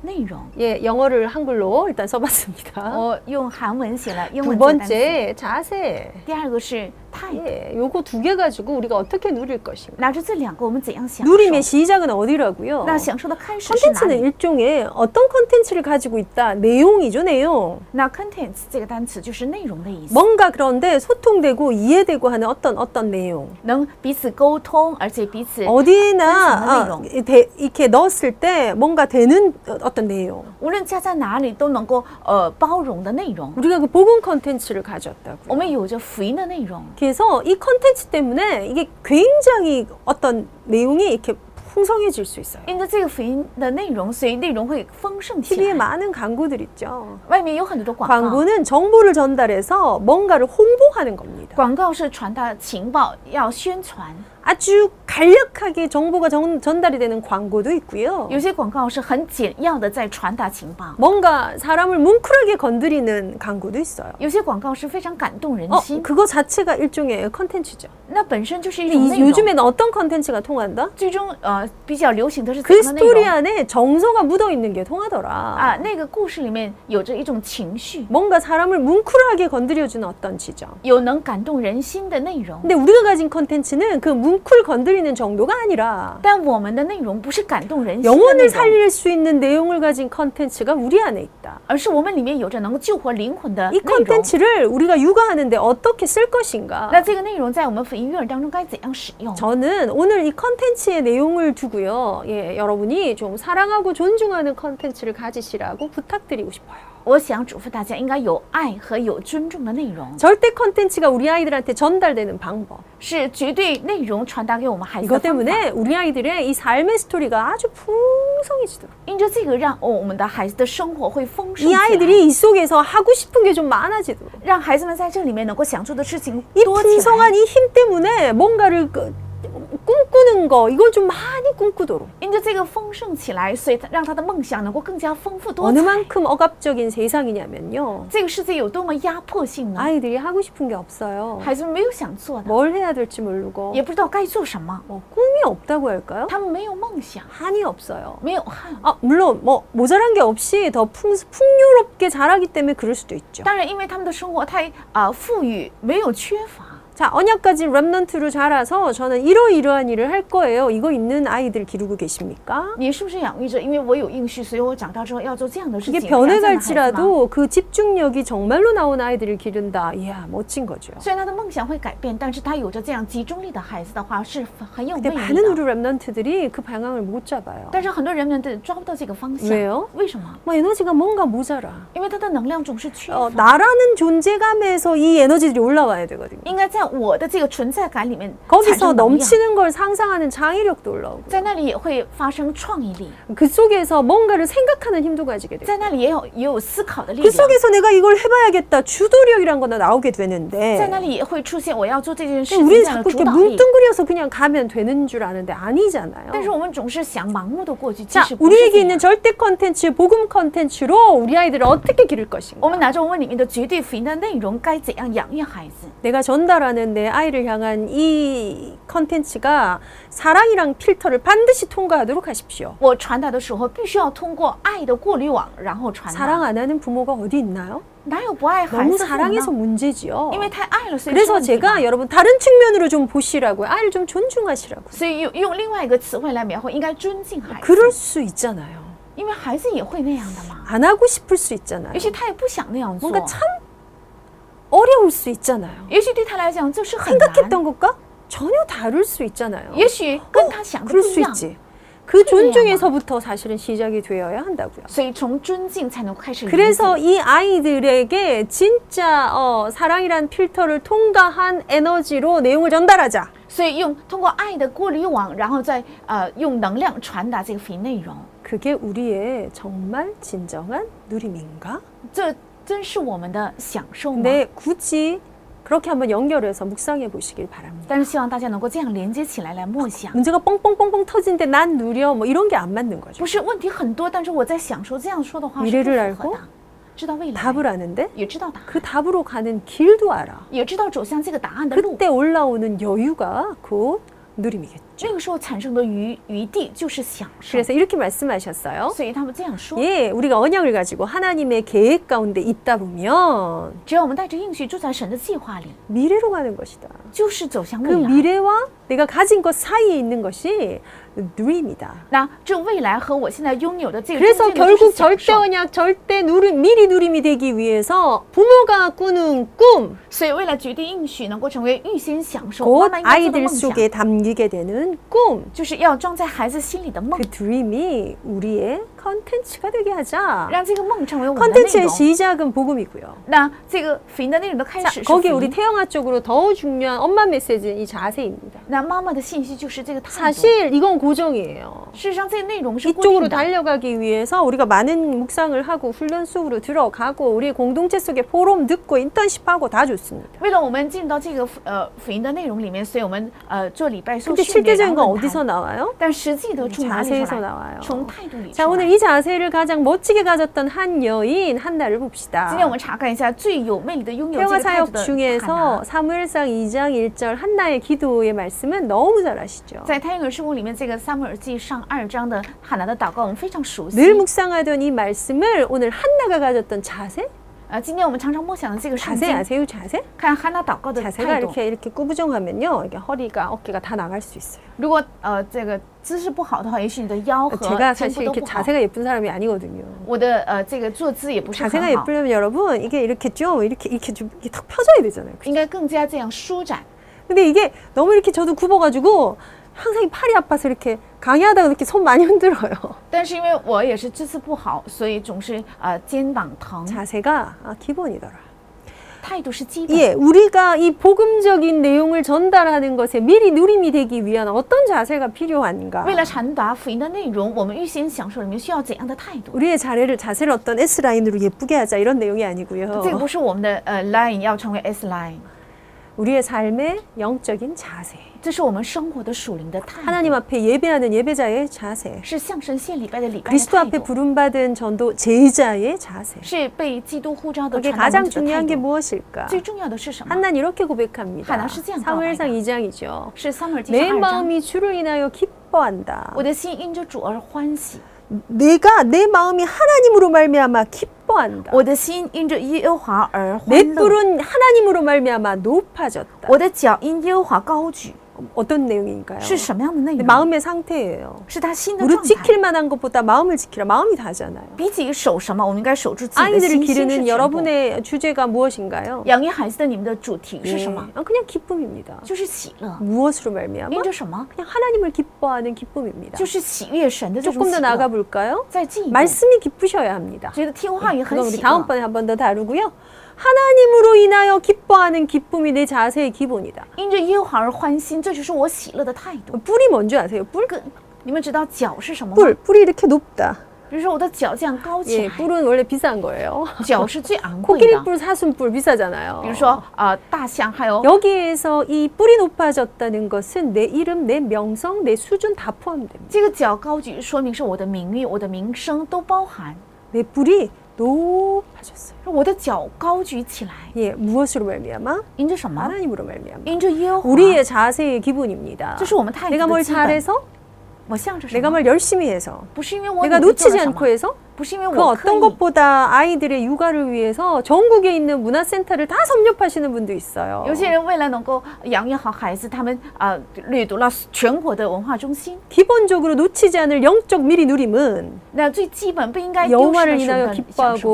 Speaker 2: 内容，
Speaker 1: 예, 영어를 한글로 일단 써봤습니다.
Speaker 2: 我用韩文写了英
Speaker 1: 두
Speaker 2: 文简单词。
Speaker 1: 번째, 자세.
Speaker 2: 第二个是态度，
Speaker 1: 예, 요거 두 개 가지고 우리가 어떻게 누릴 것인가?
Speaker 2: 拿着这两个，我们怎样享受？
Speaker 1: 누림의 시작은 어디라고요?
Speaker 2: 那享受的开始是哪
Speaker 1: 컨텐츠는
Speaker 2: 里？
Speaker 1: 일종의 어떤 컨텐츠를 가지고 있다. 내용이죠, 내용.
Speaker 2: 那 contents 这个单词就是内容的意思，
Speaker 1: 뭔가 그런데 소통되고 이해되고 하는 어떤 어떤 내용.
Speaker 2: 能彼此沟通，而且彼此
Speaker 1: 어디나
Speaker 2: 네. 내용.
Speaker 1: 아, 이 대- 이렇게 넣었을 때 뭔가 되는 어- 어떤 내용.
Speaker 2: 无论家在哪里都能够呃包容的内容。
Speaker 1: 우리가 그 복음 컨텐츠를
Speaker 2: 我
Speaker 1: 가져왔다고요.
Speaker 2: 们有着福音的内容，
Speaker 1: 그래서 이 컨텐츠 때문에 이게 굉장히 어떤 내용이 이렇게 풍성해질 수 있어요.
Speaker 2: 因着这个福音的内容，所以内容会丰盛起
Speaker 1: TV에
Speaker 2: 来。
Speaker 1: 많은 광고들 있죠.
Speaker 2: 外面有很多广告，
Speaker 1: 광고는 정보를 전달해서 뭔가를 홍보하는 겁니다.
Speaker 2: 广告是传达情报，要宣传。
Speaker 1: 아주 간략하게 정보가 전, 전달이 되는 광고도 있고요.
Speaker 2: 有些广告是很简要的在传达情报，
Speaker 1: 뭔가 사람을 뭉클하게 건드리는 광고도 있어요.
Speaker 2: 有些广告是非常感动人
Speaker 1: 어,
Speaker 2: 心，
Speaker 1: 그거 자체가 일종의 컨텐츠죠.
Speaker 2: 那本身就是一
Speaker 1: 근데
Speaker 2: 种内
Speaker 1: 이
Speaker 2: 容。
Speaker 1: 요즘에는 어떤 컨텐츠가 통한다?
Speaker 2: 最终呃比较流行的是怎
Speaker 1: 그
Speaker 2: 样的内
Speaker 1: 스토리
Speaker 2: 容
Speaker 1: 안에 정서가 묻어 있는 게 통하더라.
Speaker 2: 啊？那个故事里面有着一种情绪，
Speaker 1: 뭔가 사람을 뭉클하게 건드려주는 어떤 지점.
Speaker 2: 有能感动人心的内容。
Speaker 1: 근데 우리가 가진 컨텐츠는 그 뭉클 건드리는 정도가 아니라
Speaker 2: 但我们的内容不是感动人心的内
Speaker 1: 영혼을
Speaker 2: 容，
Speaker 1: 살릴 수 있는 내용을 가진 컨텐츠가 우리 안에 있다.
Speaker 2: 而是我们里面有着能够救活灵魂的
Speaker 1: 이
Speaker 2: 内容。
Speaker 1: 컨텐츠를 우리가 육아하는데 어떻게 쓸 것인가?
Speaker 2: 那这个内容在我们福音育儿当中该怎样使用？
Speaker 1: 저는 오늘 이 컨텐츠의 내용을 두고요. 예, 여러분이 좀 사랑하고 존중하는 컨텐츠를 가지시라고 부탁드리고 싶어요.
Speaker 2: 我想嘱咐大家，应该有爱和有尊重的内容，
Speaker 1: 절대 컨텐츠가 우리 아이들한테 전달되는 방법.
Speaker 2: 是绝对内容传达给我们孩子的
Speaker 1: 이것
Speaker 2: 方法。
Speaker 1: 때문에 우리 아이들의 이 삶의 스토리가 아주 풍성해지더라고요.
Speaker 2: 因着这个让，哦我们的孩子的生活会丰盛
Speaker 1: 이
Speaker 2: 起来
Speaker 1: 아이들이 이 속에서 하고 싶은 게 좀 많아지더라고요.
Speaker 2: 让孩子们在这里面能够享受的事情
Speaker 1: 이
Speaker 2: 多起来。
Speaker 1: 풍성한 이 힘 때문에 뭔가를 그- 꿈꾸는 거 이걸 좀 많이 꿈꾸도록
Speaker 2: 因着这个丰盛起来，所以他让他的梦想能够更加丰富多
Speaker 1: 어느
Speaker 2: 彩。
Speaker 1: 만큼 억압적인 세상이냐면요
Speaker 2: 这个世界有多么压迫性呢？
Speaker 1: 아이들이 하고 싶은 게 없어요
Speaker 2: 孩子们没有想做的，
Speaker 1: 뭘 해야 될지 모르고
Speaker 2: 也不知道该做什么，
Speaker 1: 뭐 꿈이 없다고 할까요?
Speaker 2: 他们没有梦想，
Speaker 1: 한이 없어요
Speaker 2: 没有汗。
Speaker 1: 아 물론 뭐 모자란 게 없이 더 풍, 풍요롭게 자라기 때문에 그럴 수도 있죠
Speaker 2: 当然，因为他们的生活太啊、呃富裕，没有缺乏。
Speaker 1: 자 언약까지 랩넌트로 자라서 저는 이러이러한 일을 할 거예요 이거 있는 아이들 기르고 계십니까?
Speaker 2: 你是不是养育着？因为我有应许，所以我长大之后要做这样的事
Speaker 1: 이게
Speaker 2: 情。要这样的孩子吗
Speaker 1: 변해갈지라도 그 집중력이 정말로 나온 아이들을 기른다. 이야, 멋진 거죠.
Speaker 2: 虽然他的梦想会改变，但是他有着这样集中力的孩子的话，是很有魅
Speaker 1: 근데
Speaker 2: 力
Speaker 1: 많은
Speaker 2: 的。
Speaker 1: 우리 랩런트들이 그 방향을 못 잡아요.
Speaker 2: 但是很多人们都抓不到这个方向。
Speaker 1: 왜요
Speaker 2: 为什么？
Speaker 1: 뭐 에너지가 뭔가 모자라.
Speaker 2: 因为他的能量总是缺乏。
Speaker 1: 어, 나라는 존재감에서 이 에너지들이 올라와야 되거든요.
Speaker 2: 应该在我的这个存在感里面产
Speaker 1: 거기서
Speaker 2: 生能量，
Speaker 1: 넘치는 걸 상상하는 창의력도 올라오고
Speaker 2: 在那里也会发生创意力，
Speaker 1: 그 속에서 뭔가를 생각하는 힘도 가지게 되고
Speaker 2: 在那里也有也有思考的力
Speaker 1: 그
Speaker 2: 量，
Speaker 1: 속에서 내가 이걸 해봐야겠다 주도력이란 거나 나오게
Speaker 2: 在
Speaker 1: 되는데
Speaker 2: 那里也会出现我要做这件事
Speaker 1: 근데
Speaker 2: 情
Speaker 1: 우리는
Speaker 2: 这样
Speaker 1: 자꾸
Speaker 2: 的主
Speaker 1: 이렇게
Speaker 2: 导力。
Speaker 1: 뭉뚱그려서 그냥 가면 되는 줄 아는데 아니잖아요.
Speaker 2: 但是我们总是想盲目的过去，其
Speaker 1: 자,
Speaker 2: 实不是这
Speaker 1: 우리에게
Speaker 2: 样
Speaker 1: 있는 절대 컨텐츠, 복음 컨텐츠로 우리 아이들을 어떻게 기를 것인가?
Speaker 2: 我们拿着我们里面的绝对福音的内容，该怎样养育孩子？
Speaker 1: 내가 전달하는 내 아이를 향한 이 컨텐츠가 사랑이랑 필터를 반드시 통과하도록 하십시오.
Speaker 2: 我传达的时候，必须要通过爱的过滤网，然后传达。
Speaker 1: 사랑 안 하는 부모가 어디 있나요?
Speaker 2: 哪有不爱孩
Speaker 1: 너무
Speaker 2: 子的呢
Speaker 1: 사랑해서 문제지요.
Speaker 2: 因为太爱了，所以是
Speaker 1: 그래서
Speaker 2: 问题嘛
Speaker 1: 제가 여러분 다른 측면으로 좀 보시라고요. 아이를 좀 존중하시라고요.
Speaker 2: 所以用用另外一个词汇来描绘，应该尊敬孩子，
Speaker 1: 그럴 수 있잖아요.
Speaker 2: 因为孩子也会那样的嘛。
Speaker 1: 안 하고 싶을 수 있잖아요.
Speaker 2: 也许他也不想那样做，
Speaker 1: 뭔가 참 어려울 수 있잖아요.
Speaker 2: 也许对他来讲就是很难。
Speaker 1: 생각했던 것과 전혀 다를 수 있잖아요.
Speaker 2: 也许跟他想的
Speaker 1: 그럴
Speaker 2: 不
Speaker 1: 수
Speaker 2: 一样，
Speaker 1: 있지. 그
Speaker 2: 그래야만.
Speaker 1: 존중에서부터 사실은 시작이 되어야 한다고요.
Speaker 2: 所以从尊敬才能开始理解。
Speaker 1: 그래서 이 아이들에게 진짜 어, 사랑이란 필터를 통과한 에너지로 내용을 전달하자.
Speaker 2: 所以用通过爱的过滤网，然后再呃用能量传达这个福音内容，
Speaker 1: 그게 우리의 정말 진정한 누림인가?
Speaker 2: 这真是我们的享受吗？
Speaker 1: 근데 굳이 그렇게 한번 연결해서 묵상해 보시길 바랍니다.
Speaker 2: 但是希望大家能够这样连接起来来默想，
Speaker 1: 문제가 뻥뻥뻥뻥 터진데 난 누려 뭐 이런 게 안 맞는 거죠.
Speaker 2: 不是问题很多，但是我在享受这样说的话是
Speaker 1: 미래를
Speaker 2: 不符
Speaker 1: 알
Speaker 2: 合
Speaker 1: 고
Speaker 2: 的，知道未来，
Speaker 1: 답을 아는데
Speaker 2: 也知道答案，
Speaker 1: 그 답으로 가는 길도 알아.
Speaker 2: 也知道走向这个答案的路。
Speaker 1: 그때 올라오는 여유가 곧 누림이겠죠.
Speaker 2: 这个时候产生的余余地就是享受，
Speaker 1: 그래서 이렇게 말씀하셨어요.
Speaker 2: 所以他们这样说。
Speaker 1: 예, 우리가 언약을 가지고 하나님의 계획 가운데 있다 보면
Speaker 2: 只要我们带着应许住在神的计划里，
Speaker 1: 미래로 가는 것이다.
Speaker 2: 就是走向
Speaker 1: 그
Speaker 2: 未来。
Speaker 1: 미래와 내가 가진 것 사이에 있는 것이 누림이다.
Speaker 2: 那这未来和我现在拥有的这个中
Speaker 1: 그래서
Speaker 2: 间的就是
Speaker 1: 결국
Speaker 2: 享
Speaker 1: 절대
Speaker 2: 受，
Speaker 1: 언약, 절대 누림, 미리 누림이 되기 위해서 부모가 꾸는 꿈,
Speaker 2: 所以为了决定应许能够成为预先享受，
Speaker 1: 곧
Speaker 2: 慢慢压制的
Speaker 1: 아이들
Speaker 2: 梦想，
Speaker 1: 속에 담기게 되는 꿈,
Speaker 2: 就是要装在孩子心里的梦
Speaker 1: 그 ， 드림이 우리의 컨텐츠가 되게 하자.
Speaker 2: 让这个梦成为我们的内
Speaker 1: 컨텐츠의
Speaker 2: 容。
Speaker 1: 시작은 복음이고요.
Speaker 2: 那这个福音的内容的开
Speaker 1: 자,
Speaker 2: 始是福
Speaker 1: 거기에 우리
Speaker 2: 音。
Speaker 1: 태영아 쪽으로 더 중요한 엄마 메시지는 이 자세입니다.
Speaker 2: 那妈妈的信息就是这个态度。
Speaker 1: 사실 이건 고정이에요.
Speaker 2: 事实上，这个内容是固
Speaker 1: 이쪽으로
Speaker 2: 定的。
Speaker 1: 달려가기 위해서 우리가 많은 묵상을 하고 훈련 속으로 들어가고 우리 공동체 속에 포럼 듣고 인턴십하고 다 좋습니다.
Speaker 2: 为了我们进入到这个福呃福音的内容里面，所以我们呃做礼拜、受
Speaker 1: 근데
Speaker 2: 训练、
Speaker 1: 실제적인
Speaker 2: 然
Speaker 1: 건
Speaker 2: 后论坛
Speaker 1: 어디서 나와요?
Speaker 2: 但实际的从哪里
Speaker 1: 자세에서
Speaker 2: 出来
Speaker 1: 나와요. ？
Speaker 2: 从态度里出
Speaker 1: 자,
Speaker 2: 来
Speaker 1: 오늘 。이 자세를 가장 멋지게 가졌던 한 여인 한나를
Speaker 2: 今天我
Speaker 1: 봅시다.
Speaker 2: 们查看一下最有魅力的拥有这
Speaker 1: 태영아
Speaker 2: 个态度
Speaker 1: 사역
Speaker 2: 的汉
Speaker 1: 중에서
Speaker 2: 娜
Speaker 1: 사무엘상 2장 1절 한나의 기도의 말씀은 너무 잘 아시죠?
Speaker 2: 在太阳圣宫里面，这个撒母耳记上二章的汉娜的祷告，我们非常熟悉
Speaker 1: 늘 。 묵상하던 이 말씀을 오늘 한나가 가졌던 자세?
Speaker 2: 呃，今天我们常常默想的这个圣
Speaker 1: 자세
Speaker 2: 经，
Speaker 1: 아세요? 자세?
Speaker 2: 看汉娜祷告的
Speaker 1: 자세가
Speaker 2: 态度。
Speaker 1: 이렇게 이렇게 꾸부정하면요. 이게 허리가 어깨가 다 나갈 수 있어요.
Speaker 2: 如果呃这个姿势不好的话，也许你的腰和
Speaker 1: 제가
Speaker 2: 肩
Speaker 1: 사실
Speaker 2: 部都
Speaker 1: 이렇게
Speaker 2: 不好。
Speaker 1: 자세가 예쁜 사람이 아니거든요.
Speaker 2: 我的呃这个坐姿也不是很
Speaker 1: 자세가
Speaker 2: 好，
Speaker 1: 예쁘려면 여러분 이게 이렇게 좀 이렇게 이렇게 좀 이렇게 탁 펴져야 되잖아요. 그죠?
Speaker 2: 应该更加这样舒展。
Speaker 1: 근데 이게 너무 이렇게 저도 굽어가지고 항상 이 팔이 아파서 이렇게 강의하다가 이렇게 손 많이 흔들어요.
Speaker 2: 但是因为我也是姿势不好，所以总是呃肩膀疼。
Speaker 1: 자세가 아, 기본이더라.
Speaker 2: 态度是基本的。
Speaker 1: 예, 우리가 이 복음적인 내용을 전달하는 것에 미리 누림이 되기 위한 어떤 자세가 필요한가?
Speaker 2: 为了传达福音的内容，我们预先享受里面需要怎样的态度？
Speaker 1: 우리의 자세를 자세를 어떤 S 라인으로 예쁘게 하자 이런 내용이
Speaker 2: 这个
Speaker 1: 아니고요.
Speaker 2: 不是我们的呃 line 要成为 S line，
Speaker 1: 우리의 삶의 영적인 자세.
Speaker 2: 这是我们生活的属灵的态度，
Speaker 1: 하나님 앞에 예배하는 예배자의 자세.
Speaker 2: 是向神献礼拜的礼拜的
Speaker 1: 그리스도
Speaker 2: 态
Speaker 1: 앞에
Speaker 2: 度，
Speaker 1: 부름받은 전도 제자의 자세.
Speaker 2: 是被基督呼召的
Speaker 1: 그게
Speaker 2: 传道
Speaker 1: 가장
Speaker 2: 者的态
Speaker 1: 중요한 게
Speaker 2: 度。
Speaker 1: 무엇일까?
Speaker 2: 最重要的是什么？
Speaker 1: 한난 이렇게 고백합니다.
Speaker 2: 하나, 시지 않고
Speaker 1: 사무엘상
Speaker 2: 아마이다.
Speaker 1: 2장이죠.
Speaker 2: 是撒母耳记
Speaker 1: 내
Speaker 2: 上二章，
Speaker 1: 마음이 주를 인하여 기뻐한다.
Speaker 2: 我的心因着主而欢喜，
Speaker 1: 내가 내 마음이 하나님으로 말미암아 기뻐한다.
Speaker 2: 我的心因着耶和华而
Speaker 1: 내
Speaker 2: 欢乐，
Speaker 1: 뿔은 하나님으로 말미암아 높아졌다.
Speaker 2: 我的脚因耶和华高举，
Speaker 1: 어떤 내용인가요?
Speaker 2: 是什么样的内
Speaker 1: 근데
Speaker 2: 容？
Speaker 1: 마음의 상태예요.
Speaker 2: 是他心的
Speaker 1: 무릎
Speaker 2: 状态。
Speaker 1: 지킬 만한 것보다 마음을 지키라. 마음이 다잖아요.
Speaker 2: 比起守什么，我们应该守住自己的
Speaker 1: 아이들을
Speaker 2: 心心是
Speaker 1: 기르는
Speaker 2: 全部。
Speaker 1: 여러분의 주제가 무엇인가요?
Speaker 2: 养育孩子的你们的主题是
Speaker 1: 예,
Speaker 2: 什么？
Speaker 1: 아, 그냥 기쁨입니다.
Speaker 2: 就是喜乐，
Speaker 1: 무엇으로 말미암아?
Speaker 2: 因着什么？
Speaker 1: 그냥 하나님을 기뻐하는 기쁨입니다.
Speaker 2: 就是喜悦神的这种
Speaker 1: 조금
Speaker 2: 喜
Speaker 1: 더
Speaker 2: 乐。
Speaker 1: 나가 볼까요?
Speaker 2: 再进一步，
Speaker 1: 말씀이 기쁘셔야 합니다.
Speaker 2: 觉得听话语很
Speaker 1: 그건 우리
Speaker 2: 喜乐，
Speaker 1: 다음번에 한 번 더 다루고요. 하나님으로 인하여 기뻐하는 기쁨이 내 자세의 기본이다.
Speaker 2: 因着耶和华而欢心，这就是我喜乐的态度。
Speaker 1: 뿔이 뭔지 아세요? 뿔?
Speaker 2: 跟你们知道脚是什么吗？
Speaker 1: 뿔. 뿔이 이렇게 높다.
Speaker 2: 比如说我的脚这样高起
Speaker 1: 예,
Speaker 2: 来，
Speaker 1: 뿔은 원래 비싼 거예요.
Speaker 2: 脚是最昂贵
Speaker 1: 코끼리
Speaker 2: 的。
Speaker 1: 뿔, 사슴 뿔 비싸잖아요.
Speaker 2: 比如说呃，大象还有
Speaker 1: 여기에서 이 뿔이 높아졌다는 것은 내 이름, 내 명성, 내 수준 다 포함됩니다.
Speaker 2: 这个脚高举，说明是我的名誉、我的名声都包含。
Speaker 1: 내 뿔이 높아졌어요.
Speaker 2: 我的脚高举起来，
Speaker 1: 예, 무엇으로 말미암아?
Speaker 2: 因着什么？
Speaker 1: 하나님으로 뭐? 말미암아.
Speaker 2: 因着耶和华。
Speaker 1: 우리의 자세의 기분입니다.
Speaker 2: 这是我们态度
Speaker 1: 내가
Speaker 2: 的
Speaker 1: 뭘
Speaker 2: 基本。
Speaker 1: 잘해서,
Speaker 2: 我向着什
Speaker 1: 내가
Speaker 2: 么？
Speaker 1: 뭘 열심히 해서,
Speaker 2: 不是因为我
Speaker 1: 내가
Speaker 2: 努力做了
Speaker 1: 놓치지
Speaker 2: 什
Speaker 1: 않고
Speaker 2: 么，
Speaker 1: 해서
Speaker 2: 不是因为
Speaker 1: 그
Speaker 2: 我刻
Speaker 1: 어떤
Speaker 2: 意。
Speaker 1: 것보다 아이들의 육아를 위해서 전국에 있는 문화센터를 다 섭렵하시는 분도 있어요.
Speaker 2: 有些人为了能够养育好孩子，他们啊、呃掠夺了全国的文化中心。
Speaker 1: 기본적으로 놓치지 않을 영적 미리 누림은
Speaker 2: 那最基本不应该丢失
Speaker 1: 여호와를
Speaker 2: 的是我
Speaker 1: 인하여
Speaker 2: 们的享受，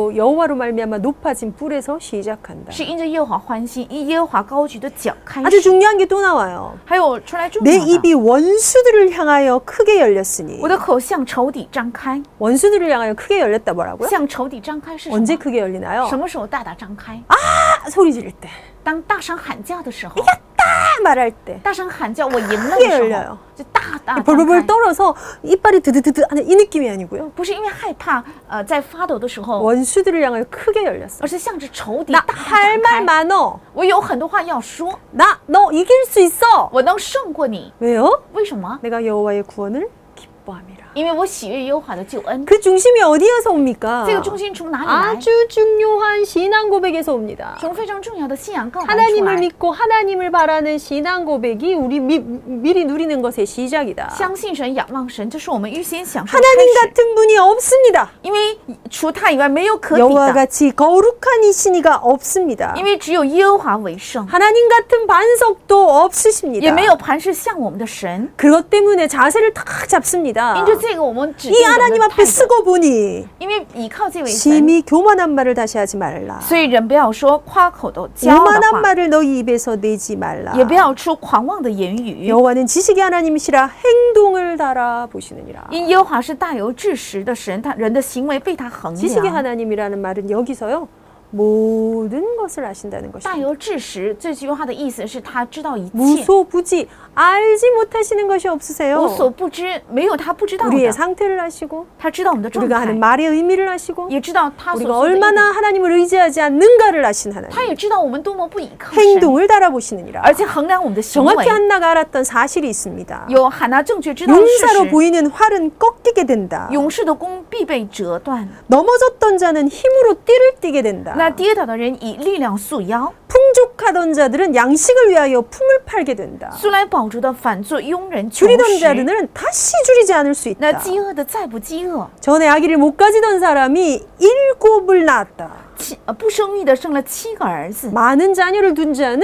Speaker 1: 기뻐하고 여호와로 말미암아 높아진 뿔에서 시작한다.
Speaker 2: 是因着耶和华欢心，以耶和华高举的脚开
Speaker 1: 아주
Speaker 2: 始。
Speaker 1: 중요한 게 또 나와요.
Speaker 2: 还有出来重
Speaker 1: 내
Speaker 2: 要的，
Speaker 1: 입이 원수들을 향하여 크게 열렸으니
Speaker 2: 我的口向仇敌张开，
Speaker 1: 원수들을 향하여 크게 열렸다 뭐라고요?
Speaker 2: 向仇敌张开是什
Speaker 1: 언제
Speaker 2: 么？
Speaker 1: 크게 열리나요?
Speaker 2: 啊什么时候大大张开？
Speaker 1: 아, 소리 지를 때.
Speaker 2: 当大声喊价的时候，
Speaker 1: 딱 말할 때
Speaker 2: 大声喊叫我赢了
Speaker 1: 크게
Speaker 2: 的时
Speaker 1: 열려요
Speaker 2: 候，就大大张
Speaker 1: 벌벌
Speaker 2: 开
Speaker 1: 떨어서 이빨이 드드드드 하는 이 느낌이 아니고요.
Speaker 2: 不是因为害怕，呃，在发抖的时候，
Speaker 1: 원수들을 향하여 크게 어. 열렸어.
Speaker 2: 而是向着仇敌大
Speaker 1: 나
Speaker 2: 大
Speaker 1: 할
Speaker 2: 张
Speaker 1: 말
Speaker 2: 开。
Speaker 1: 많어.
Speaker 2: 我有很多话要说，
Speaker 1: 나 너 이길 수 있어.
Speaker 2: 我能胜过你。
Speaker 1: 왜요?
Speaker 2: 为什么？
Speaker 1: 내가 여호와의 구원을 기뻐함이라.
Speaker 2: 因为我喜悦耶和华的救恩。
Speaker 1: 그 중심이 어디에서 옵니까?
Speaker 2: 这个重心从哪里来？
Speaker 1: 아주 중요한 신앙 고백에서 옵니다.
Speaker 2: 从非常重要的信仰告白出
Speaker 1: 하나님을
Speaker 2: 来。
Speaker 1: 믿고 하나님을 바라는 신앙 고백이 우리 미, 미리 누리는 것의 시작이다. 그
Speaker 2: 相信神、仰望神，这是我们预先享受的
Speaker 1: 하나님
Speaker 2: 开始。
Speaker 1: 같은 분이 없습니다.
Speaker 2: 因为除他以外没有啊可比
Speaker 1: 여호와
Speaker 2: 的，
Speaker 1: 같이 거룩한 그 이신이가 없습니다.
Speaker 2: 因为只有耶和华为圣，
Speaker 1: 하나님 같은 반석도 없으십니다.
Speaker 2: 也没有磐石像我们的神。
Speaker 1: 그것 때문에 자세를 탁 잡습니다.
Speaker 2: 啊因着这个，我们只
Speaker 1: 이
Speaker 2: 定我们
Speaker 1: 하나님
Speaker 2: 的
Speaker 1: 앞에
Speaker 2: 态度，
Speaker 1: 쓰고 보니
Speaker 2: 因为依靠这位神，
Speaker 1: 심히 교만한 말을 다시 하지 말라.
Speaker 2: 所以人不要说夸口的、骄傲的
Speaker 1: 교만한
Speaker 2: 话，
Speaker 1: 말을 너희 입에서 내지 말라.
Speaker 2: 也不要出狂妄的言语。
Speaker 1: 여호와는 지식의 하나님이시라 행동을 달아 보시느니라.
Speaker 2: 因耶和华是大有智识的神，他人的行为被他衡
Speaker 1: 지식의
Speaker 2: 量。
Speaker 1: 하나님이라는 말은 여기서요 모든 것을 아신다는
Speaker 2: 大
Speaker 1: 것입니다.
Speaker 2: 有智识这句话的意思是他知道一切，
Speaker 1: 무소부지 알지 못하시는 것이 없으세요.
Speaker 2: 无所不知，没有他不知道
Speaker 1: 우리의
Speaker 2: 的。
Speaker 1: 상태를 아시고
Speaker 2: 他知道我们的状
Speaker 1: 우리가
Speaker 2: 态，
Speaker 1: 하는 말의 의미를 아시고
Speaker 2: 也知道他所
Speaker 1: 우리가
Speaker 2: 做的一点
Speaker 1: 얼마나 하나님을 의지하지 않는가를 아신 하나님.
Speaker 2: 他也知道我们多么不依靠神，
Speaker 1: 행동을 달아보시느니라.
Speaker 2: 而且衡量我们的行为
Speaker 1: 정확히 。 한나가 알았던 사실이 있습니다.
Speaker 2: 有喊拿正确知道的事
Speaker 1: 용사로
Speaker 2: 实，
Speaker 1: 보이는 활은 꺾이게 된다.
Speaker 2: 勇士的弓必被折断，
Speaker 1: 넘어졌던 자는 힘으로 띠를 띠게 된다.
Speaker 2: 那跌倒的人以力量束腰，
Speaker 1: 풍족하던 자들은 양식을 위하여 품을 팔게 된다.
Speaker 2: 素来饱足的反作庸人穷
Speaker 1: 줄이던
Speaker 2: 食。
Speaker 1: 자들은 다시 줄이지 않을 수
Speaker 2: 那
Speaker 1: 있다.
Speaker 2: 饥饿的再不饥饿，
Speaker 1: 전에 아기를 못 가지던 사람이 일곱을 낳았다.
Speaker 2: 七呃不生育的生了七个儿子，
Speaker 1: 많은 자녀를 둔 자는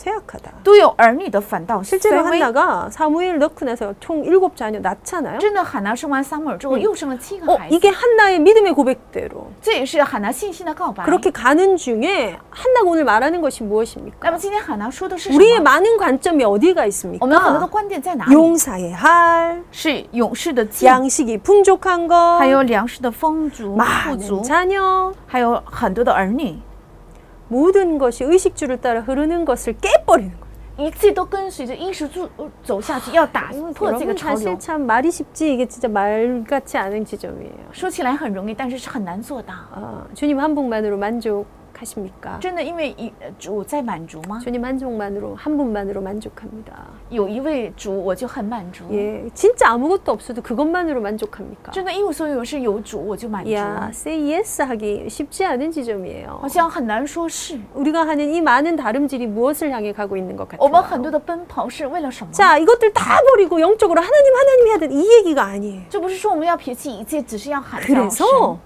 Speaker 1: 쇠약하다.
Speaker 2: 都有儿女的反倒衰
Speaker 1: 실제로
Speaker 2: 微。
Speaker 1: 한나가 사무엘 넣고 나서 총 일곱 자녀 낳잖아요.
Speaker 2: 真的，喊拿生完撒母耳之后又生了七个
Speaker 1: 어,
Speaker 2: 孩子，
Speaker 1: 이게 한나의 믿음의 고백대로
Speaker 2: 这也是喊拿信心的告白。
Speaker 1: 그렇게 가는 중에 한나가 오늘 말하는 것이
Speaker 2: 那
Speaker 1: 무엇입니까?
Speaker 2: 么今天喊拿说的是什
Speaker 1: 우리의
Speaker 2: 么？
Speaker 1: 많은 관점이 어디가
Speaker 2: 我们很多的
Speaker 1: 있습니까?
Speaker 2: 观点在哪里？
Speaker 1: 용사의 할,
Speaker 2: 是勇士的剑，
Speaker 1: 양식이 풍족한 것,
Speaker 2: 还有粮食的丰足、富
Speaker 1: 많은
Speaker 2: 足，
Speaker 1: 자녀,
Speaker 2: 还有很多的儿女，
Speaker 1: 모든 것이 의식주를 따라 흐르는 것을 깨버리는 거예요.
Speaker 2: 一切都跟随着衣食住呃走下去，要打破这个
Speaker 1: 여러분
Speaker 2: 潮
Speaker 1: 사실
Speaker 2: 流。
Speaker 1: 참 말이 쉽지 이게 진짜 말 같지 않은 지점이에요.
Speaker 2: 说起来很容易，但是是很难做到。
Speaker 1: 아, 주님 한 분만으로 만족하십니까?
Speaker 2: 真的，因为一呃主在满足吗？
Speaker 1: 주님 한 종만으로 한 분만으로 만족합니다.
Speaker 2: 有一位主，我就很满足。
Speaker 1: 예, 진짜 아무것도 없어도 그것만으로 만족합니까?
Speaker 2: 真的，一无所有是有主我就满足，
Speaker 1: 야, say yes 하기 쉽지 않은 지점이에요.
Speaker 2: 好像很难说是。
Speaker 1: 우리가 하는 이 많은 다름질이 무엇을 향해 가고 있는 것
Speaker 2: 我们很多
Speaker 1: 같아요.
Speaker 2: 的奔跑是为了什么？
Speaker 1: 자, 이것들 다 버리고 영적으로 하나님 하나님 해야 되는 이 얘기가 아니에요.
Speaker 2: 这不是说我们要撇弃一切，只是要喊叫神
Speaker 1: 그래서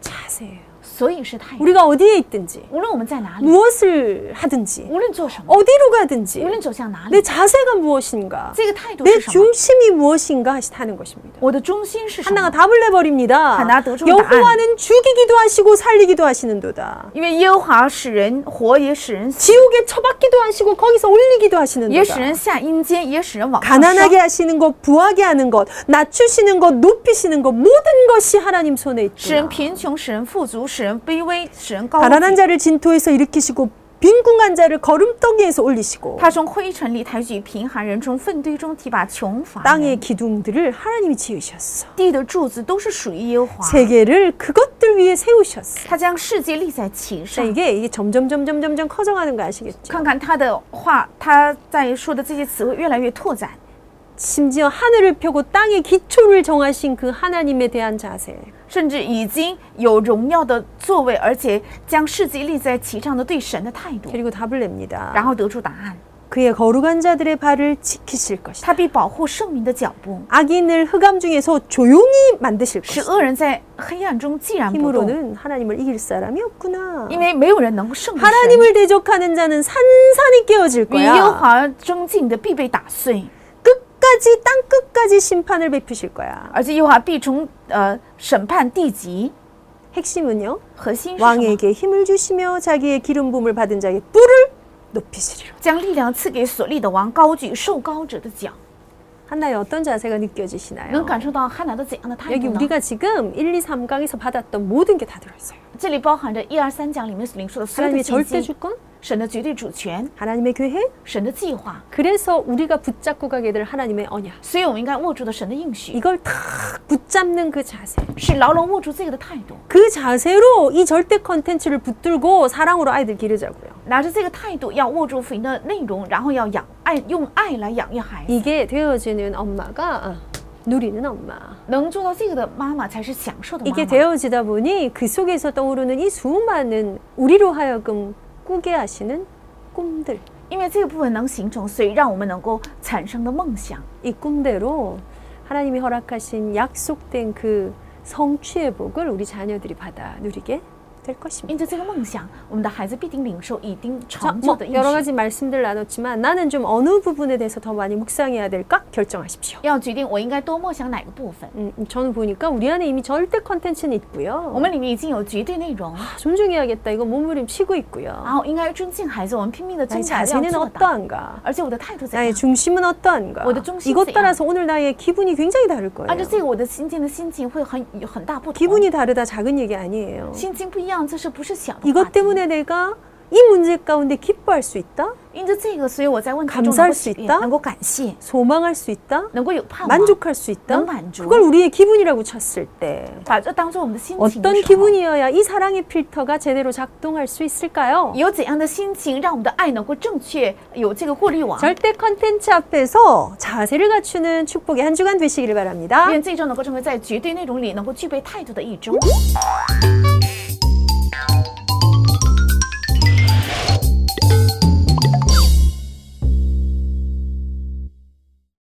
Speaker 1: 자세예요.
Speaker 2: 所以是太阳。
Speaker 1: 우리가 어디에 있든지
Speaker 2: 无论我们在哪里，
Speaker 1: 무엇을 하든지
Speaker 2: 无论做什么，
Speaker 1: 어디로
Speaker 2: 无
Speaker 1: 가든지
Speaker 2: 论走向哪里
Speaker 1: 내 ， 자세가 무엇인가
Speaker 2: 这个态度
Speaker 1: 내
Speaker 2: 是什么？
Speaker 1: 중심이 무엇인가 하시다는 것입니다.
Speaker 2: 我的中心是什
Speaker 1: 하나가
Speaker 2: 么？
Speaker 1: 답을 내버립니다.
Speaker 2: 하나 더 좋은
Speaker 1: 여호와는 죽이기도 하시고 살리기도 하시는도다.
Speaker 2: 因为耶和华使人活，也使人死，
Speaker 1: 지옥에 처박기도 하시고 거기서 올리기도
Speaker 2: 也使
Speaker 1: 하시는도다.
Speaker 2: 人下阴间，也使人往上升
Speaker 1: 가난하게 하시는 것, 부하게 하는 것, 낮추시는 것, 높이시는 것 모든 것이 하나님 손에
Speaker 2: 使人
Speaker 1: 있다.
Speaker 2: 贫穷，使人富足，使人卑微，使人高举
Speaker 1: 가난한 자를 진토에서 일으키시고 빈궁한 자를 걸음덩이에서 올리시고
Speaker 2: 他从灰尘里抬举贫寒人，从粪堆中提拔穷乏人
Speaker 1: 땅의 기둥들을 하나님이 지으셨어.
Speaker 2: 地的柱子都是属于耶和华，
Speaker 1: 세계를 그것들 위해 세우셨어.
Speaker 2: 他将世界立在其
Speaker 1: 자,
Speaker 2: 上。
Speaker 1: 이게 이게 점점 점점 점점 커져가는 거 아시겠죠?
Speaker 2: 看看他的话，他在说的这些词汇越来越拓展，
Speaker 1: 심지어 하늘을 펴고 땅의 기초를 정하신 그 하나님에 대한 자세.
Speaker 2: 甚至已经有荣耀的座位，而且将世界立在其上的对神的态度，
Speaker 1: 그리고 답을 냅니다.
Speaker 2: 然后得出答案。
Speaker 1: 그의 거룩한 자들의 발을 지키실 것이다.
Speaker 2: 他必保护圣民的脚步，
Speaker 1: 악인을 흑암 중에서 조용히 만드실
Speaker 2: 使
Speaker 1: 것이다.
Speaker 2: 恶人在黑暗中寂然不动，
Speaker 1: 힘으로는 예. 하나님을 이길 사람이 없구나.
Speaker 2: 因为没有人能够胜过神。啊
Speaker 1: 하나님을 대적하는 자는 산산이 깨어질
Speaker 2: 与耶和
Speaker 1: 거야.
Speaker 2: 华争竞的必被打碎。
Speaker 1: 끝까지 땅 끝까지 심판을 베푸실 거야.
Speaker 2: 而且耶和华必从呃审判地级，
Speaker 1: 핵심은요.
Speaker 2: 核心是什么？
Speaker 1: 왕에게 힘을 주시며 자기의 기름 부음을 받은 자의 뿔을 높이시리라.
Speaker 2: 哦将力量赐给所立的王，高举受高者的脚。
Speaker 1: 한나의 어떤 자세가 느껴지시나요?
Speaker 2: 能感受到汉娜的怎样的态
Speaker 1: 여기
Speaker 2: 度呢？
Speaker 1: 우리가 지금 1, 2, 3강에서 받았던 모든 게 다 들어있어요.
Speaker 2: 这里包含着一二三讲里面领受的哎所有的
Speaker 1: 하나님의
Speaker 2: 信
Speaker 1: 절대
Speaker 2: 息，
Speaker 1: 주권,
Speaker 2: 神的绝对主权，
Speaker 1: 하나님의 계획,
Speaker 2: 神的计划，
Speaker 1: 그래서 우리가 붙잡고 가게 될 하나님의 언약.
Speaker 2: 所以我们应该握住的神的应许，
Speaker 1: 이걸 탁 붙잡는 그 자세.
Speaker 2: 是牢笼握住这个的态度，
Speaker 1: 그 자세로 이 절대 컨텐츠를 붙들고 사랑으로 아이들 기르자고요.
Speaker 2: 拿着这个态度要握住福音的内容，然后要养爱，用爱来养育孩子。
Speaker 1: 이게 되어지는 엄마가 아, 누리는 엄마.
Speaker 2: 能做到这个的妈妈才是享受的妈
Speaker 1: 이게
Speaker 2: 妈。
Speaker 1: 되어지다 보니 그 속에서 떠오르는 이 수많은 우리로 하여금 꾸게 하시는 꿈들.
Speaker 2: 因为这个部分能形成，所以让我们能够产生的梦想，
Speaker 1: 이 꿈대로 하나님이 허락하신 약속된 그 성취의 복을 우리 자녀들이 받아 누리게 될 것입니다.
Speaker 2: 因着这个梦想，我们的孩子必定领受一定
Speaker 1: 자,
Speaker 2: 长久
Speaker 1: 뭐
Speaker 2: 的应
Speaker 1: 여러
Speaker 2: 许。
Speaker 1: 가지 말씀들 나눴지만 나는 좀 어느 부분에 대해서 더 많이 묵상해야 될까 결정하십시오.
Speaker 2: 要决定我应该多默想哪个部分。
Speaker 1: 음, 저는 보니까 우리 안에 이미 절대 컨텐츠는
Speaker 2: 我
Speaker 1: 있고요.
Speaker 2: 们里面已经有绝对内容，
Speaker 1: 존중해야겠다. 이거 몸부림치고 있고요.
Speaker 2: 然后应该尊敬孩子，我们拼命的挣
Speaker 1: 나의
Speaker 2: 扎要
Speaker 1: 자세는
Speaker 2: 做到。
Speaker 1: 어떠한가?
Speaker 2: 而且我的态度怎
Speaker 1: 나의
Speaker 2: 样？
Speaker 1: 중심은 어떠한가?
Speaker 2: 모두 중심이
Speaker 1: 이것
Speaker 2: 네. 있어요.
Speaker 1: 따라서 오늘 나의 기분이 굉장히 다를 거예요.
Speaker 2: 按照这个，我的心境的心情会很有很大不同。
Speaker 1: 기분이 다르다 작은 얘기 아니에요.
Speaker 2: 心情不一样，这是不是小的话
Speaker 1: 이것
Speaker 2: 题？
Speaker 1: 때문에 내가 이 문제 가운데 기뻐할 수 있다?
Speaker 2: 因着这个，所以我在问题中
Speaker 1: 감사할
Speaker 2: 能
Speaker 1: 수
Speaker 2: 够喜悦
Speaker 1: 있다
Speaker 2: 能够感谢，
Speaker 1: 소망할 수 있다?
Speaker 2: 能够有盼望，
Speaker 1: 만족할 수 있다?
Speaker 2: 난 만족.
Speaker 1: 그걸 우리의 기분이라고 쳤을 때
Speaker 2: 把这当做我们的心情的
Speaker 1: 어떤
Speaker 2: 时候。
Speaker 1: 기분이어야 이 사랑의 필터가 제대로 작동할 수 있을까요?
Speaker 2: 有怎样的心情，让我们的爱能够正确有这个过滤网？
Speaker 1: 절대 컨텐츠 앞에서 자세를 갖추는 축복의 한 주간
Speaker 2: 啊 예,
Speaker 1: 되시기를 바랍니다.
Speaker 2: 愿这一周能够成为在绝对内容里能够具备态度的一周。